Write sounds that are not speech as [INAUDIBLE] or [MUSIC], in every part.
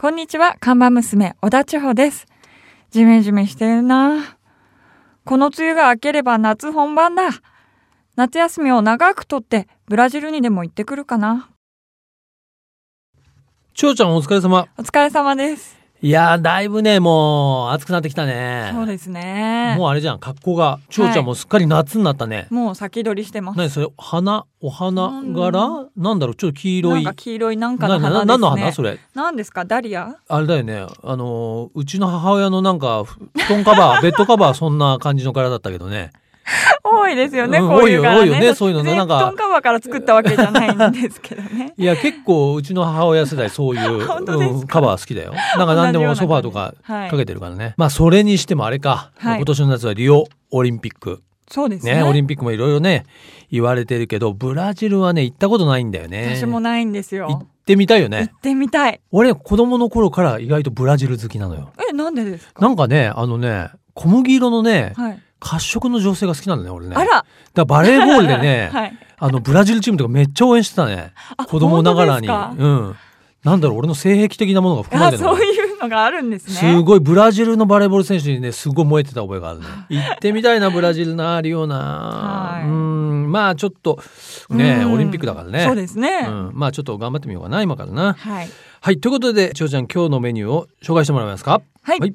こんにちは、看板娘、小田千穂です。ジメジメしてるな。この梅雨が明ければ夏本番だ。夏休みを長くとって、ブラジルにでも行ってくるかな。ちょうちゃんお疲れ様。お疲れ様です。いやー、だいぶね、もう暑くなってきたね。そうですね。もうあれじゃん、格好が。ちょうちゃんもすっかり夏になったね。もう先取りしてます。何それ、花、お花柄なんだろう、ちょっと黄色。ないんか黄色いなんかの花ですななね。何の花それ。何ですかダリアあれだよね。あのー、うちの母親のなんか、ふ布団カバー、 [LAUGHS] ベッドカバー、そんな感じの柄だったけどね。多いですよね、うんこういう柄多ね。いよ多いよねそういうのねなんか。トンカバーから作ったわけじゃないんですけどね [LAUGHS] いや、結構、うちの母親世代、そう [LAUGHS] い本当ですう、かうんカバー好きだよ。なんか何でもソファーとかはいかけてるからね。まあ、それにしてもあれか。はい今年の夏はリオオリンピック。そうですね。ね、オリンピックもいろいろね、言われてるけど、ブラジルはね、行ったことないんだよね。私もないんです行よっ。てみたいよ行ね。ってみたい。俺、子供の頃から意外とブラジル好きなのよ。え、なんでですかなんかね、あのね、小麦色のね、はい。褐色の女性が好きなんだね、俺ね。あ、だかららバレーボールでね、 [LAUGHS] はい。あの、ブラジルチームとかめっちゃ応援してたね。あ子供ながらに。本当でうん。なんだろう、俺の性癖的なものがす含かまあ、れてるのそかうないうのがあるんですね。すごいブラジルのバレーボール選手にねすごい燃えてた覚えがあるね行ってみたいなブラジルなあるよな、はいうーんまあちょっとねうんオリンピックだからねそうですね。うん、まあちょっと頑張ってみようかな今からなはい。はいということで千代ちゃん今日のメニューを紹介してもらえますかはいはい、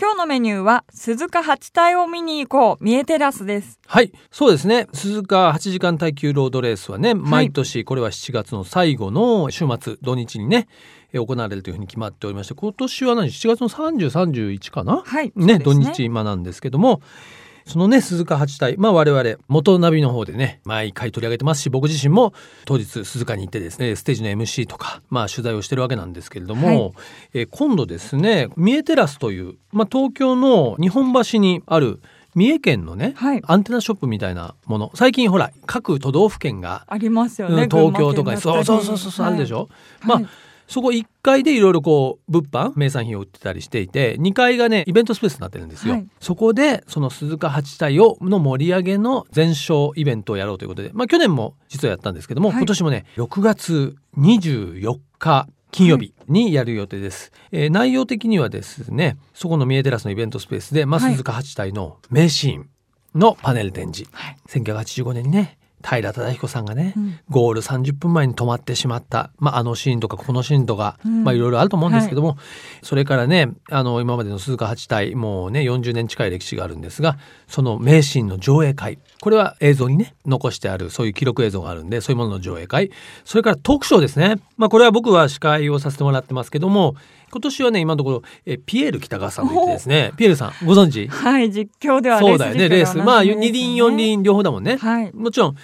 今日のメニューは、鈴鹿八体を見に行こう、三重テラスです。はいそうですね鈴鹿8時間耐久ロードレースはね毎年これは7月の最後の週末土日にねえー行われるというふうに決まっておりまして今年は何7月の3031かなはい。ねそ土うです日今なんですけどもそのね鈴鹿八体まあ我々元ナビの方でね毎回取り上げてますし僕自身も当日鈴鹿に行ってですねステージの MC とかまあ取材をしてるわけなんですけれども、はいえー今度ですね三重テラスという、まあ、東京の日本橋にある三重県のね、はいアンテナショップみたいなもの最近ほら各都道府県が、ありますようんね。東京とか群馬県だったりにそうそうそうそうそうあるでしょ、まはあいそこ1階でいろいろこう物販名産品を売ってたりしていて2階がねイベントスペースになってるんですよ、はいそこでその鈴鹿八体をの盛り上げの前哨イベントをやろうということで、まあ、去年も実はやったんですけども、はい今年もね6月24日金曜日にやる予定です、えー内容的にはですねそこの三重テラスのイベントスペースで、まあ、はい鈴鹿八体の名シーンのパネル展示、はい1985年にね平忠彦さんがね、うんゴール30分前に止まってしまった、まあ、あのシーンとかこのシーンとか、うんまあいろいろあると思うんですけども、それからねあの今までの鈴鹿八体もうね40年近い歴史があるんですがその名シーンの上映会これは映像にね残してあるそういう記録映像があるんでそういうものの上映会それからトークショーですね、まあ、これは僕は司会をさせてもらってますけども今年はね今のところえピエール北川さんといってですねピエールさんご存知はい、実況ではレースそうだよねレースまあ2輪4。輪両方だもんね実況では同じですね。はい。もちろん、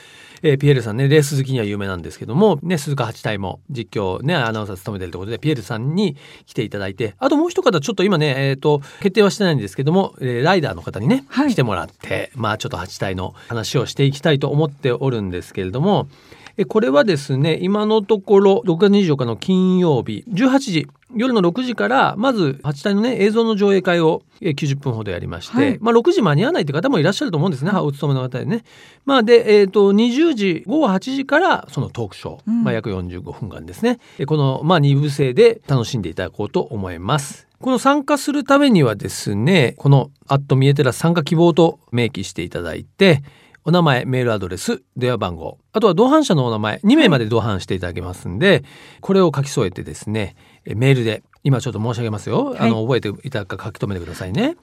えーピエールさんねレース好きには有名なんですけども、ね、鈴鹿八体も実況ねアナウンサー務めてるということでピエールさんに来ていただいてあともう一方ちょっと今ね、えー、と決定はしてないんですけども、えーライダーの方にね、はい来てもらってまあちょっと八体の話をしていきたいと思っておるんですけれども。えーこれはですね今のところ6月24日の金曜日18時夜の6時からまず八体のね映像の上映会をえー90分ほどやりまして、はいまあ、6時間に合わないという方もいらっしゃると思うんですね、お勤めの方でね。まあ、で、えー、と20時午後8時からそのトークショー、うんまあ、約45分間ですねえこの、まあ、2部制で楽しんでいただこうと思います。この参加するためにはですねこの「アット見えてら参加希望」と明記していただいてお名前メールアドレス電話番号あとは同伴者のお名前2名まで同伴していただけますんで、これを書き添えてですねえメールで今ちょっと申し上げますよ、いあの覚えていただくか書き留めてくださいね。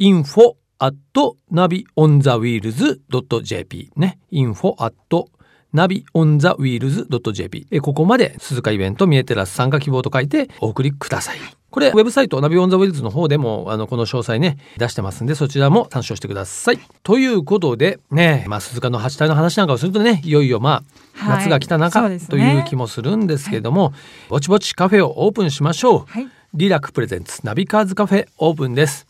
info at navionthewheels.jp ね info at navionthewheels.jp えここまで鈴鹿イベント三重テラス参加希望と書いてお送りくださいこれウェブサイトナビオンザウェルズの方でもあのこの詳細ね出してますんでそちらも参照してくださいということでねまあ鈴鹿の八体の話なんかをするとねいよいよまあはい夏が来た中そうですねという気もするんですけども、ぼちぼちカフェをオープンしましょう、はい。リラックプレゼンツナビカーズカフェオープンです。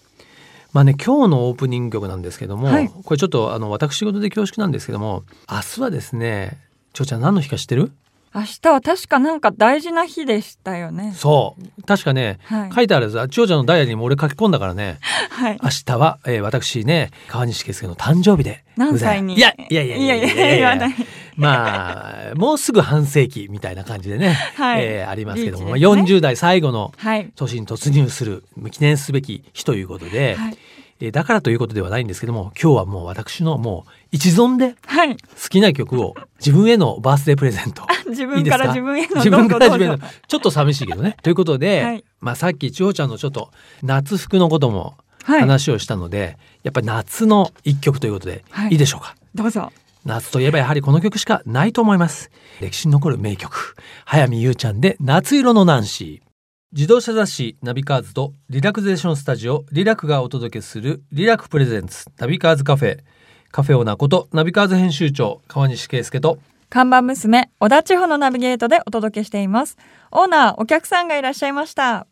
まあね今日のオープニング曲なんですけども、はいこれちょっとあの私事で恐縮なんですけども明日はですねちょうちゃん何の日か知ってる明日は確かなんか大事な日でしたよね。そう確かね、はい書いてあるやつちょうちゃんのダイヤリーにも俺書き込んだか [LAUGHS] らねはい。明日は、えー私ね川西圭介の誕生日で何歳にございますいやいやいやいやいやいいややいや言わないまあもうすぐ半世紀みたいな感じでね、はいえーありますけども、まあリーチです40代最後のはい。年に突入する記念すべき日ということで、はい。えーだからということではないんですけども今日はもう私のもう一存ではい。好きな [LAUGHS] 曲を自分へのバースデープレゼント。自分からいい自分へですかの自分からどうぞ自分へのちょっと寂しいけどね。ということで、はいまあさっき千穂ちゃんのちょっと夏服のこともはい。話をしたので、やっぱり夏の一曲ということで、はいい、いでしょうか。どうぞ。夏といえばやはりこの曲しかないと思います。歴史に残る名曲、早見優ちゃんで夏色のナンシー。自動車雑誌ナビカーズとリラクゼーションスタジオリラクがお届けするリラクプレゼンツナビカーズカフェ。カフェオーナーことナビカーズ編集長川西圭介と看板娘、小田地方のナビゲートでお届けしています。オーナー、お客さんがいらっしゃいました。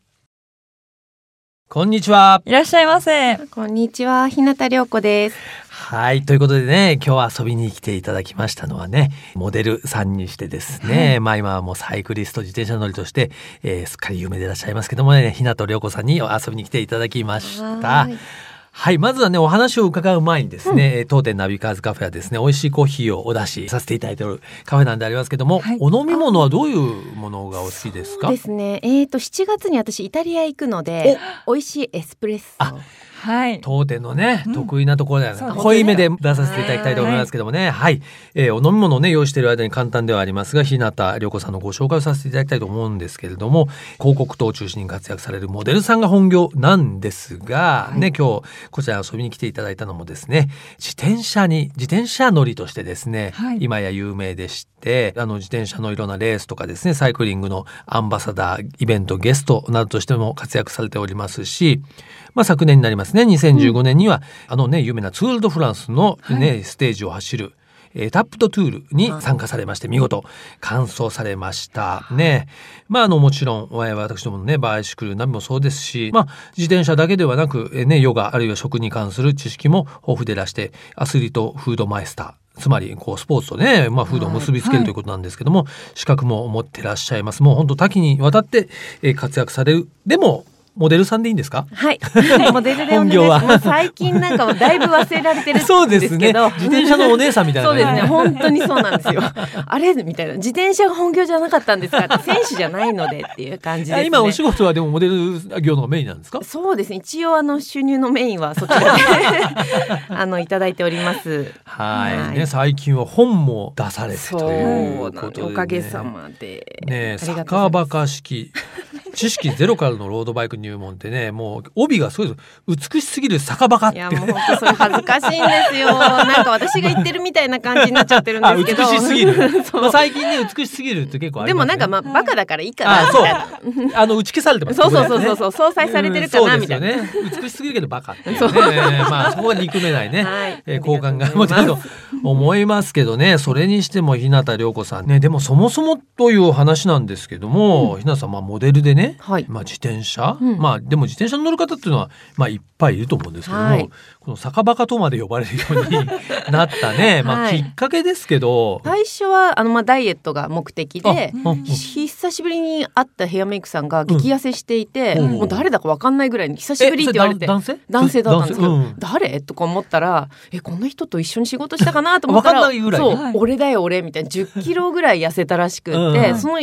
こんにちは。いらっしゃいませ。こんにちは、日向涼子です。はい。ということでね、今日は遊びに来ていただきましたのはね、モデルさんにしてですね、まあ今はもうサイクリスト自転車乗りとして、えーすっかり有名でいらっしゃいますけどもね、日向涼子さんに遊びに来ていただきました。はいはい。まずはね、お話を伺う前にですね、えー当店ナビカーズカフェはですね、美味しいコーヒーをお出しさせていただいておるカフェなんでありますけども、はいお飲み物はどういうものがお好きですかですね。えっ、と7月に私イタリア行くので、美味しいエスプレッソ。はい。当店のね、うん得意なところだよねそうですね濃いめで出させていただきたいと思いますけどもね。はい、えーお飲み物をね、用意している間に簡単ではありますが、日向良子さんのご紹介をさせていただきたいと思うんですけれども、広告等を中心に活躍されるモデルさんが本業なんですが、はいね、今日、こちらに遊びに来ていただいたのもですね、自転車に、自転車乗りとしてですね、はい今や有名でして、あの、自転車のいろんなレースとかですね、サイクリングのアンバサダー、イベント、ゲストなどとしても活躍されておりますし、まあ、昨年になりますね2015年には、あのね有名なツール・ド・フランスの、ねステージを走るエタップ・ド・トゥールに参加されまして見事完走されましたね。まああのもちろん我々私どものねバイシクルナビもそうですし、まあ、自転車だけではなくえねヨガあるいは食に関する知識も豊富でらしてアスリートフードマイスターつまりこうスポーツとね、まあ、フードを結びつはけいるということなんですけども、資格も持ってらっしゃいますもう本当多岐にわたってえー活躍されるでもモデルさんでいいんですかはい。 [LAUGHS] モデルでお願本いし業はます。もう最近なんかはだいぶ忘れられてるんですけど。 [LAUGHS] そうですね。自転車のお姉さんみたいなそう感じでですね。ね。本当にそうなんですよ。 [LAUGHS] あれみたいな。自転車が本業じゃなかったんですか [LAUGHS] って選手じゃないのでっていう感じですね。今お仕事はでもモデル業の方がメインなんですか。そうですね。一応あの収入のメインはそち [LAUGHS] らであのいただいております。はい、はいね最近は本も出されてそ [LAUGHS] といううなことで、んでね、おかげさまで。ねえありがとう坂ございますバカ式知識ゼロからのロードバイク入門ってねもう帯がすごいです美しすぎる坂バカっいてやもう本当それ恥ずかしいんですよ。なんか私が言ってるみたいな感じになっちゃってるん [LAUGHS] あで美すけど。しすぎる、 [LAUGHS] そうまあ、最近ね美しすぎるって結構ありでまもす、ね、なんかまあバカだからいいかあなみそうたいな。あの打ち消されてますそうそうそうそううそう相殺されてるかなみたいな。そうですよね美しすぎるけどバカっていうねまあそこが憎めないね、はいえー、好感があり持がてとうござるいとます思いますけどねそれにしても日向涼子さんねでもそもそもという話なんですけども、日向さんまあモデルでね、はい。まあ、自転車、うんまあでも自転車に乗る方っていうのは、まあ、いっぱいいると思うんですけども、はいこの酒場かとまで呼ばれるようになった [LAUGHS] ね、まあ、はきいっかけですけど。最初はあのまあダイエットが目的であ。うんうん久しぶりに会ったヘアメイクさんが激痩せしていて、うんもう誰だかわかんないぐらいに久しぶりって言われてえそ男性男性だったんですけど、男性うん誰とか思ったらえこんな人と一緒に仕事したかなと思ったらわかんないぐらいそう、はい俺だよ俺みたいな10キロぐらい痩せたらしくって、うんうんその、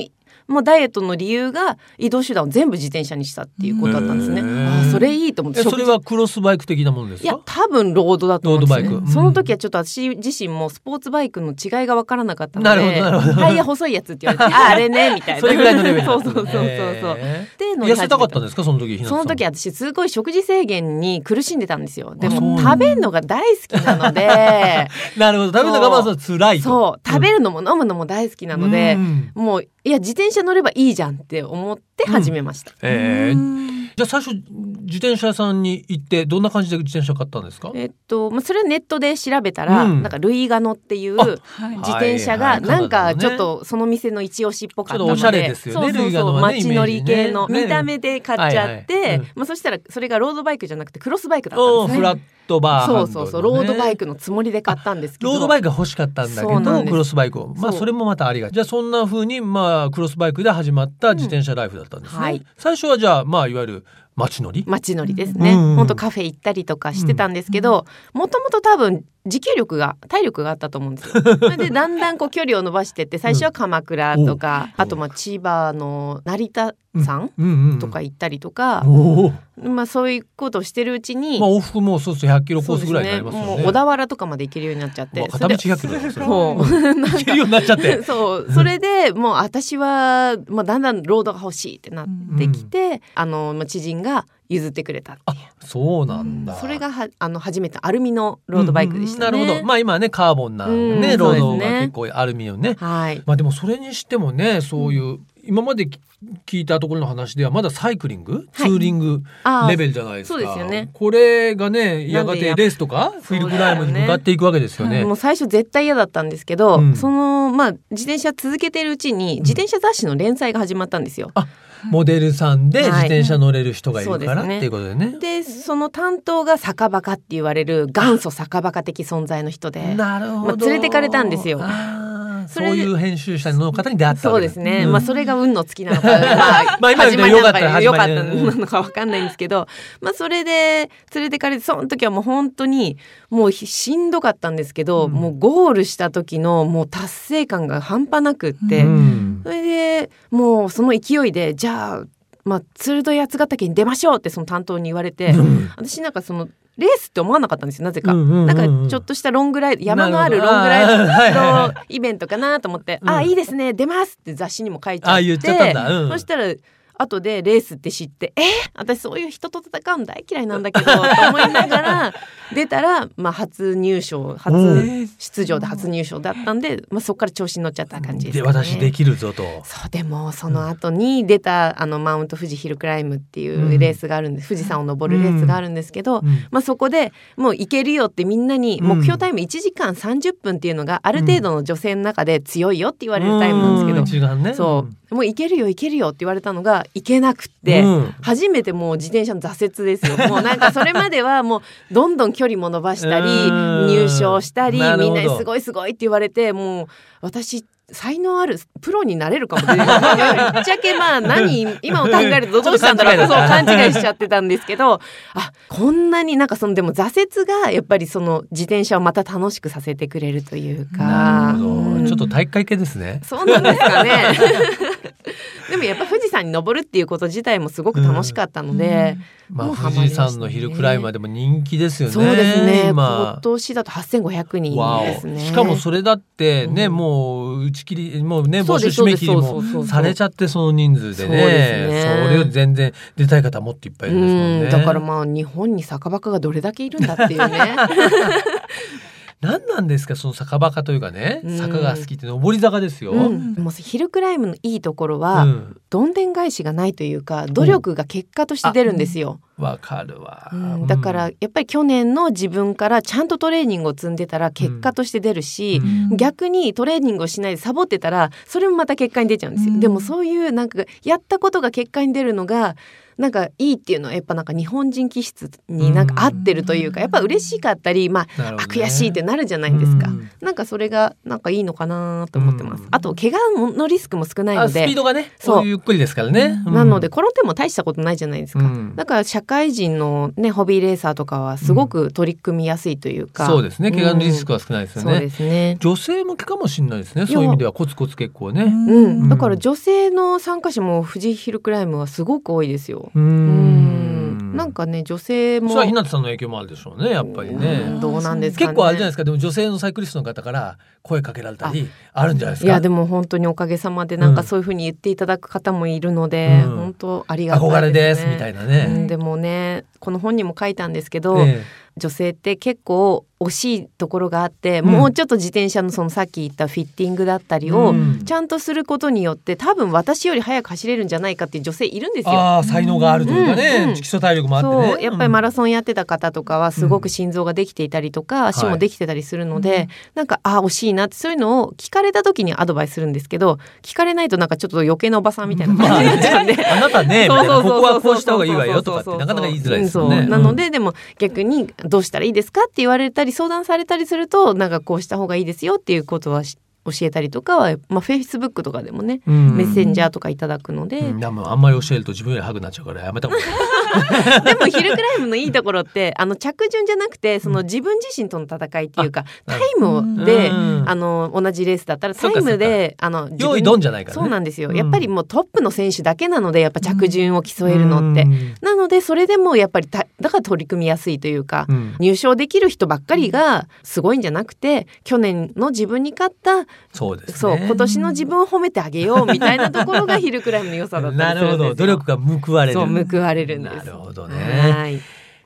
まあ、ダイエットの理由が移動手段を全部自転車にしたっていうことだったんですね。へーあーそれいいと思ってえそれはクロスバイク的なものですいやか多分ロードだと思うんですよねロードバイクうんその時はちょっと私自身もスポーツバイクの違いが分からなかったのなるほでどなるほどタイヤ細いやつって言われてああれねみたいなそれぐらいのレベルだそっうたそんうでそすうそうねそう、へーで乗り始め痩せたかったんですかその時日向さそんの時私すごい食事制限に苦しんでたんですよ。であそうもな食んだべるのが大好きな [LAUGHS] ので、なるほど食べた我慢するのは辛いとそう食べるのも飲むのも大好きなので、うんもういや自転車乗ればいいじゃんって思って始めました。えうーんじゃあ最初自転車屋さんに行ってどんな感じで自転車買ったんですかえっと、まあ、それはネットで調べたら、うんなんかルイガノっていうあ自はい。じ転車はいはがいなんカナダかのねちょっとその店の一押しっぽかったのでちょっとおしゃれですよねそうそうルイガそノうはね街乗り系のイメージね見た目で買っちゃって、はいはいうんまあ、そしたらそれがロードバイクじゃなくてクロスバイクだったおんーですフね。ラットバーハンドそのうねそうそうロードバイクのつもりで買ったんですけどロードバイクが欲しかったんだけそうなどんですクロスバイクをまあそうそれもまたありがちじゃあそんな風にまあクロスバイクで始まった自転車ライフだったんですね、うんはい最初はじゃあまあいわゆる街乗り街乗りですね、うんうんほんとカフェ行ったりとかしてたんですけどもともと多分持久力が体力があったと思う [LAUGHS] んですよ。それでだんだんこう距離を伸ばしてって最初は鎌倉とか、うんあとまあ千葉の成田山うんうんうんとか行ったりとか、おお。まあそういうことをしてるうちに、まあ往復もうそうすると100キロコそーうスでぐらいになりますよもね。う小田原とかまで行けるようになっちゃって、まあ片道100キロですよ。そう行 [LAUGHS] けるようになっちゃって。 [LAUGHS] そうそれでもう私は、まあ、だんだんロードが欲しいってなってきて、あのまあ知人が譲ってくれたっていうそうなんだ。それがはあの初めてアルミのロードバイクでうんうしたね。んなるほど。まあ今はねカーボンなうんねロードそがうですね結構アルミのね。はいまあでもそれにしてもねそういう、今までき聞いたところの話ではまだサイクリング、はいツーリングあーレベルじゃないですかそうですよねこれがねやがなんでてやレースとかフィールドライムに向かっていくわけですよね。もう最初絶対嫌だったんですけど、うんそのまあ自転車続けてるうちに自転車雑誌の連載が始まったんですよ。モデルさんではい自転車乗れる人がいるから、そうですっねていうことでね。でその担当が酒場かって言われる元祖酒場か的存在の人で。なるほど、まあ連れてかれたんですよあーそそうれでいう編集者の方に出会ったそわうけですね、うんまあそれが運の尽 [LAUGHS] きなのか、ままあ今よりねなのか良良かかっったたねなのか分かんないんですけど、まあそれで連れてかれてその時はもう本当にもうひしんどかったんですけど、うんもうゴールした時のもう達成感が半端なくって、うんそれでもうその勢いでじゃあ、まあ、鶴戸八ヶ岳に出ましょうってその担当に言われ [LAUGHS] て、うん私なんかそのレースって思わなかったんですよなぜか。うんうんうんうんなんかちょっとしたロングライド山のあるロングなるほどあーはいはいラはイドイベントかなと思って「うんあいいですね出ます」って雑誌にも書いちゃっあてー言っちゃったんだうんそしたら後でレースって知って「えー私そういう人と戦うの大嫌いなんだけど」と思いなが [LAUGHS] ら出たら、まあ、初入賞う初ん出場で初入賞だったんで、まあ、そこから調子に乗っちゃった感じです、でね、私できるぞと。そうでもその後に出たあのマウント富士ヒルクライムっていうレースがあるんで、す富士山を登るレースがあるんですけど、うんまあ、そこでもう行けるよってみんなにうん目標タイム1時間30分っていうのがある程度の女性の中で強いよって言われるタイムなんですけど、うん一眼ねそうもう行けるよ行けるよって言われたのが行けなくって。うん初めてもう自転車の挫折ですよ。もうなんかそれまではもうどんどん距離も伸ばしたりうん入賞したりなるみほんどなにすごいすごいって言われてもう私才能あるプロになれるかもしれない。ぶっちゃけまあ何今を考えるとどうしたんだろうそう勘違いしちゃってたんですけどあこんなになんかそのでも挫折がやっぱりその自転車をまた楽しくさせてくれるというか。なるほうど。んちょっと体育会系ですね。そうなんですかね。 [LAUGHS] でもやっぱ富士山に登るっていうこと自体もすごく楽しかったので、まもあうハ富マり士ましたね山のヒルクライマーでも人気ですよね。そうですね。今まあ。年だと8500人わですおね。しかもそれだってね、うんもう打ち切りもうねそ募う集です締め切りもそうですそうですされちゃってその人数でそうでねすそねれを全然出たい方もっといっぱいいるんですもんうねん、だからまあ日本に酒場がどれだけいるんだっていう [LAUGHS] ね。何なんですかその坂バカというかねうん坂が好きって上り坂ですよ、ううんん、もうヒルクライムのいいところは、どんでん返しがないというか努力が結果として出るんですよ、わかるわ、うんだからやっぱり去年の自分からちゃんとトレーニングを積んでたら結果として出るし、うん逆にトレーニングをしないでサボってたらそれもまた結果に出ちゃうんですよ、うんでもそういうなんかやったことが結果に出るのがなんかいいっていうのはやっぱなんか日本人気質になんか合ってるといううか、んやっぱ嬉しかったりまあなるあほどね悔しいってなるじゃないですか、うんなんかそれがなんかいいのかなと思ってます、うんあと怪我のリスクも少ないあのスピーでドがねそうそうゆっくりですからね、うんなので転んでも大したことないじゃないですか、うんだから社会人のねホビーレーサーとかはすごく取り組みやすいというか、そうですね怪我のリスクはは少ないですよそうね、ですね女性向けかもしれないですねそういう意味ではコツコツ結構ねう、うんんだから女性の参加者も富士ヒルクライムはすごく多いですよ。うーうんん、なんかね女性もそれは日向さんの影響もあるでしょうねやっぱりうねんどうなんですかね。結構あれじゃないですかでも女性のサイクリストの方から声かけられたりあるんじゃないですかいやでも本当におかげさまでなんうかんそういうふうに言っていただく方もいるので、うん本当ありがたい憧れですみねたいなうね、ん、でもねこの本にも書いたんですけど、え女性って結構惜しいところがあって、うんもうちょっと自転車のそのさっき言ったフィッティングだったえりをうんちゃんとすることによって多分私より早く走れるんじゃないかっていう女性いるんですよ。ああ才能があるというかね、うんうん基礎体力もあってねそうやっぱりマラソンやってた方とかはすごうくん心臓ができていたりとか、足はもいできてたりするので、うんなんかああ惜しいなってそういうのを聞かれた時にアドバイスするんですけど聞かれないとなんかちょっと余計なおばさんみたいなま感あじに [LAUGHS] なっちゃうんで。ね、あなた [LAUGHS] ね、みたいなそこうそうそうそうこはこうした方がいいわよとかって、そうそうそうなかなか言いづらいですようんね。そうなので、でも逆にどうしたらいいですかって言われたり相談されたりするとなんかこうした方がいいですよっていうことはし教えたりとかは、まあ、Facebook とかでもね、うんメッセンジャーとかいただくので、うん、でもあんまり教えると自分よりハグになっちゃうからやめた方がいい。 [LAUGHS] でもヒルクライムのいいとこ [LAUGHS] ろってあの着順じゃなくてその自分自身との戦いっていうかあタイムをで、うんあの同じレースだったらそタっイかそっかムであの自分用意ドンじゃないからね。そうなんですよ、うんやっぱりもうトップの選手だけなのでやっぱ着順を競えるのって、うんなのでそれでもやっぱりただから取り組みやすいというか、うん入賞できる人ばっかりがすごいんじゃなくて去年の自分に勝ったそうですね。そう今年の自分を褒めてあげようみたいなところがヒルクライムの良さだっ [LAUGHS] たなりするほるんですどよ努力が報われる。そう報われるんですなるほどね。はい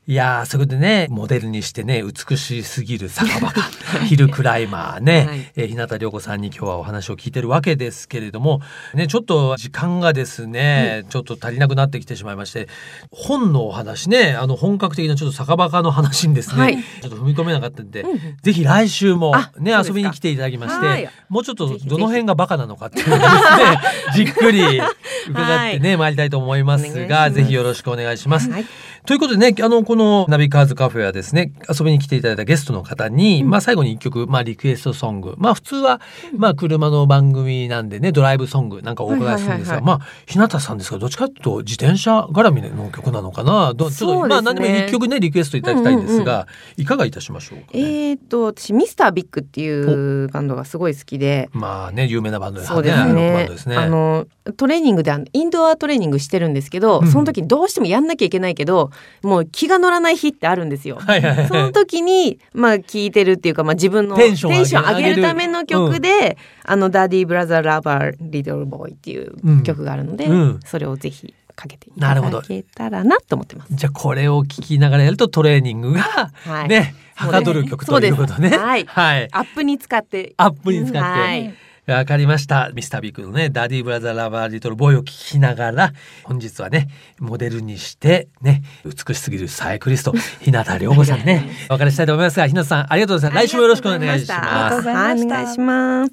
いやーそこでねモデルにしてね美しすぎる酒場かヒルクライマーね、はいえー日向涼子さんに今日はお話を聞いてるわけですけれどもねちょっと時間がですね、ちょっと足りなくなってきてしまいまして本のお話ねあの本格的なちょっと酒場かの話にですね、はいちょっと踏み込めなかったんで、うんうんぜひ来週もあね遊そうですかびに来ていただきましはいてもうちょっとぜひぜひどの辺がバカなのかっていうのをですねじっくり伺ってね、参りたいと思いますお願がいしますぜひよろしくお願いします。はいということでねあのこのナビカーズカフェはですね遊びに来ていただいたゲストの方に、まあ、最後に一曲、まあ、リクエストソングまあ普通は、まあ、車の番組なんでねドライブソングなんかお伺いするんですが、はいはいはまあ日向さんですからどっちかというと自転車絡みの曲なのかなどちょっと、そうですねまあ何でも一曲ねリクエストいただきたいんですが、いかがいたしましょうか、ねえー、と私ミスタービッグっていうバンドがすごい好きで。まあね有名なバンドですねそうですロックバンねドですねあのトレーニングであのインドアトレーニングしてるんですけど、うんその時どうしてもやんなきゃいけないけどもう気が乗らない日ってある [LAUGHS] んですよ。はいはいはいその時にまあ聞いてるっていうか、まあ、自分のテンションを上げる上げるための曲で「あのダディ・ブラザー・ラバー・リドル・ボーイ」っていう曲があるので、うんそれをぜひかけていただけたらなと思ってます。じゃあこれを聞きながらやるとトレーニングがはいね、そうですはかどる曲ということね。そうですはいはい。アップに使ってアップに使っはてい。わかりました。ミスタービッグのね、ダディブラザーラバーリトルボーイを聞きながら、本日はね、モデルにして、ね、美しすぎるサイクリスト、日向良子さんね、お別れしたいと思いますが、日向さんありがとうございます。来週もよろしくお願いしありがとうまごす。ざいましたはいお願いします。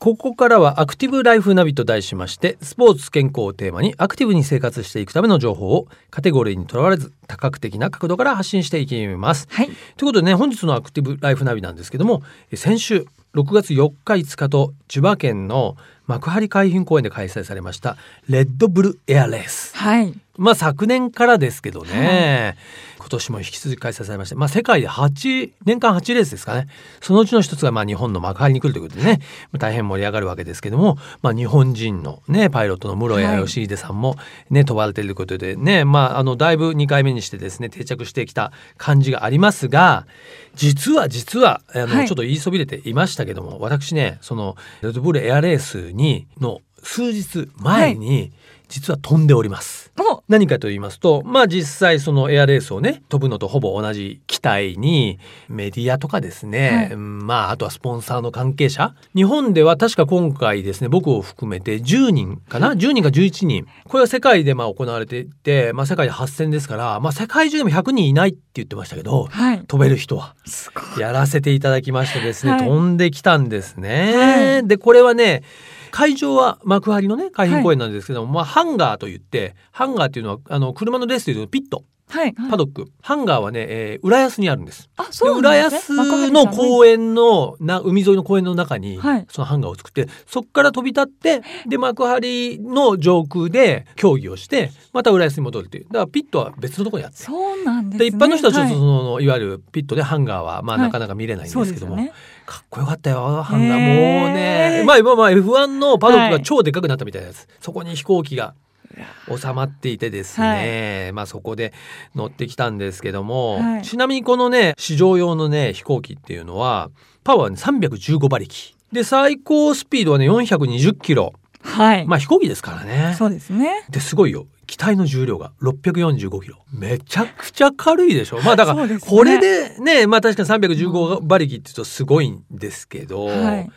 ここからはアクティブライフナビと題しまして、スポーツ健康をテーマにアクティブに生活していくための情報をカテゴリーにとらわれず多角的な角度から発信していきます。はいということでね本日のアクティブライフナビなんですけどもえ先週6月4日5日と千葉県の幕張海浜公園で開催されましたレッドブルエアレースはいまあ昨年からですけどね、今年も引き続き開催されまして、まあ世界で8、年間8レースですかね。そのうちの一つがまあ日本の幕張に来るということでね、まあ大変盛り上がるわけですけども、まあ日本人のね、パイロットの室は谷い義秀さんもね、飛ばれていることでね、まああの、だいぶ2回目にしてですね、定着してきた感じがありますが、実は実は、あの、はいちょっと言いそびれていましたけども、私ね、その、レッドブルエアレースに、の数日前に、実は飛んでおります。お何かと言いますと、まあ実際そのエアレースをね、飛ぶのとほぼ同じ機体に、メディアとかですね、はいうんまああとはスポンサーの関係者。日本では確か今回ですね、僕を含めて10人かな ?10 人か11人。これは世界でまあ行われていて、まあ世界で8000ですから、まあ世界中でも100人いないって言ってましたけど、はい飛べる人は。すごいやらせていただきましてですね、はい飛んできたんですね。はで、これはね、会場は幕張のね、海浜公園なんですけども、まあ、ハンガーと言って、ハンガーっていうのは、あの、車のレースでいうとピット、はいパドック、ハンガーはね、えー浦安にあるんです。あでそう浦なんです安ねの公園のな海沿いの公園の中に、はいそのハンガーを作ってそこから飛び立ってで幕張の上空で競技をしてまた浦安に戻るっていうだからピットは別のところにあってそうなんです、ね、で一般の人はちょっとそはいの、い、わゆるピットでハンガーはまあはいなかなか見れないんそでうすでけすどよも、ねかっこよかったよハンガー、ねえもうねまあまあまあ F1 のパドックが超でっかくなったみたいなやつ、そこに飛行機が収まっていてですね、まあそこで乗ってきたんですけども、はいちなみにこのね市場用のね飛行機っていうのはパワーね315馬力で最高スピードはね420キロはい、まあ飛行機ですからねそうですねですごいよ機体の重量が645キロめちゃくちゃ軽いでしょまあだかそうらですねこれでねまあ確かに315馬力って言うとすごいんですけど、はい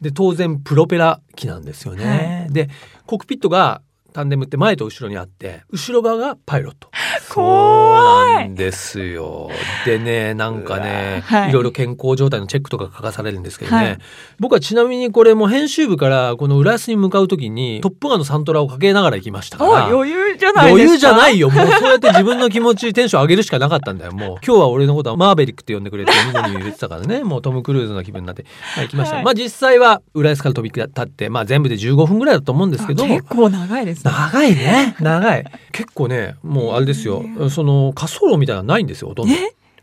で当然プロペラ機なんですよね、でコックピットがタンデムって前と後ろにあって後ろ側がパイロット [LAUGHS] 怖いそうなんですよ。でね、なんかね、うわはいいろいろ健康状態のチェックとか書かされるんですけどね、はい僕はちなみにこれもう編集部からこの浦安に向かうときに、トップガンのサントラをかけながら行きましたから。お余裕じゃないですか余裕じゃないよよ。もうそうやって自分の気持ち、テンション上げるしかなかったんだ [LAUGHS] よ。もう今日は俺のことはマーベリックって呼んでくれってみんなに言ってたからね。もうトム・クルーズの気分になって、まあ、行きました。はいまあ実際は浦安から飛び立って、まあ全部で15分ぐらいだと思うんですけども結、構長いですね長いね。 [LAUGHS] 長い。結構ね、もうあれですよ。その滑走路みたいなのないんですよ、ほとんど。え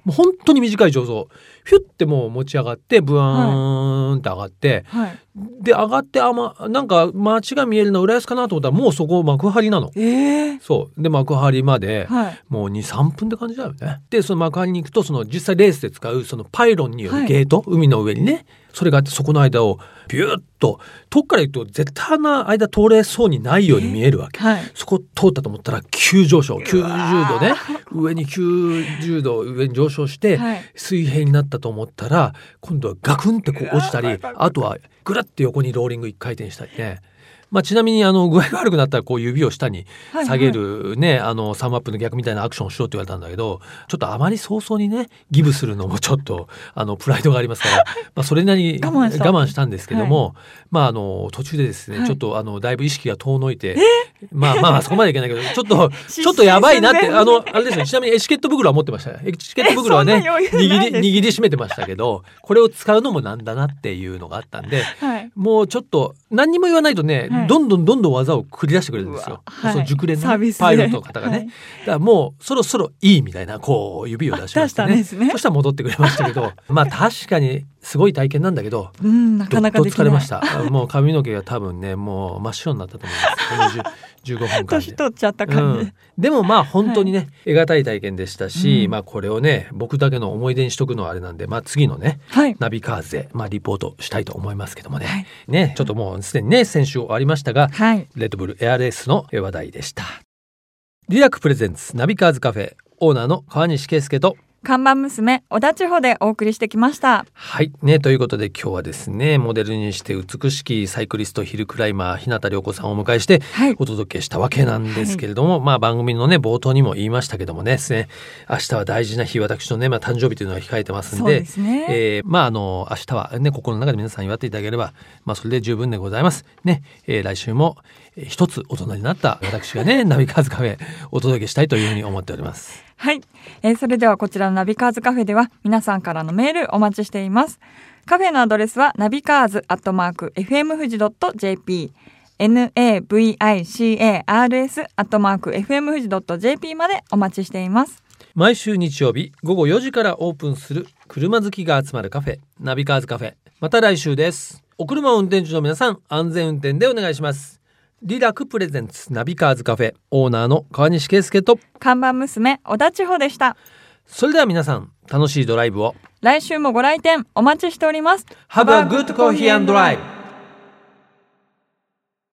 もう本当に短い上層。ヒュッてもう持ち上がって、ブワーンって上がって、はいで、上がって、あ、ま、なんか街が見えるのは浦安かなと思ったら、もうそこ幕張なの。えー、そう。で、幕張まで、はいもう2、3分って感じだよね。で、その幕張に行くと、その実際レースで使う、そのパイロンによはるいゲート、海の上にね、それがあって、そこの間を、ビューッと、遠くから行くと、絶対な間通れそうにないように見えるわけ。はいそこ通ったと思ったら、急上昇、90度ね、上に90度上に上昇して、はい水平になったと思ったら、今度はガクンってこう落ちたり、あとはぐらって横にローリング一回転したりね。まあ、ちなみにあの具合が悪くなったらこう指を下にはい下げるね、あのサムアップの逆みたいなアクションをしろって言われたんだけどちょっとあまり早々にねギブするのもちょっとあのプライドがありますから、まあ、それなりに我慢したしたんですけども、まああの途中でですね、はいちょっとあのだいぶ意識が遠のいてまあまあまあそこまでいけないけどちょっと [LAUGHS] 失神ちょっとやばいなって寸前あのあれですねちなみにエチケット袋は持ってましたねエチケット袋はえそねんな余握裕ないですり握りしめてましたけどこれを使うのもなんだなっていうのがあったんではいもうちょっと何にも言わないとね、はいどんどんどんどん技を繰り出してくれるんですうわよ。はいその熟練サーの、ビね、スでパイロットの方がね。はいだからもうそろそろいいみたいなこう指を出しましてあ出したんね。ですねそしたら戻ってくれましたけ [LAUGHS] ど、まあ確かにすごい体験なんだけど、うんなどかっなかとできな疲いれました。もう髪の毛が多分ね、もう真っ白になったと思います。この10 15分間で年。取っちゃった感じ、うんでもまあ本当にね、得難い体験でしたし、うんまあこれをね僕だけの思い出にしとくのはあれなんで、まあ、次のねはいナビカーゼ、まあ、リポートしたいと思いますけどもね,、はいねちょっともうすでにね先週終わりましたがはいレッドブルエアレースの話題でしたリラックプレゼンツナビカーズカフェオーナーの川西圭介と看板娘小田地方でお送りしてきましたはいねということで今日はですねモデルにして美しきサイクリストヒルクライマー日向涼子さんをお迎えしてはいお届けしたわけなんですけれども、まあ番組のね冒頭にも言いましたけどもねですね明日は大事な日私のね、まあ、誕生日というのは控えてますんそうでですね、えーまああの明日はね心の中で皆さん祝っていただければまあそれで十分でございますね、えー来週もえー一つ大人になった私がね [LAUGHS] ナビカーズカフェお届けしたいというふうに思っておりますはい、えーそれではこちらのナビカーズカフェでは皆さんからのメールお待ちしていますカフェのアドレスはナビカーズアットマーク FM 富士 .jp navicars アットマーク FM 富士 .jp までお待ちしています毎週日曜日午後4時からオープンする車好きが集まるカフェナビカーズカフェまた来週ですお車を運転中の皆さん安全運転でお願いしますリラクプレゼンツナビカーズカフェオーナーの川西圭介と看板娘小田千穂でしたそれでは皆さん楽しいドライブを来週もご来店お待ちしております Have a good coffee and drive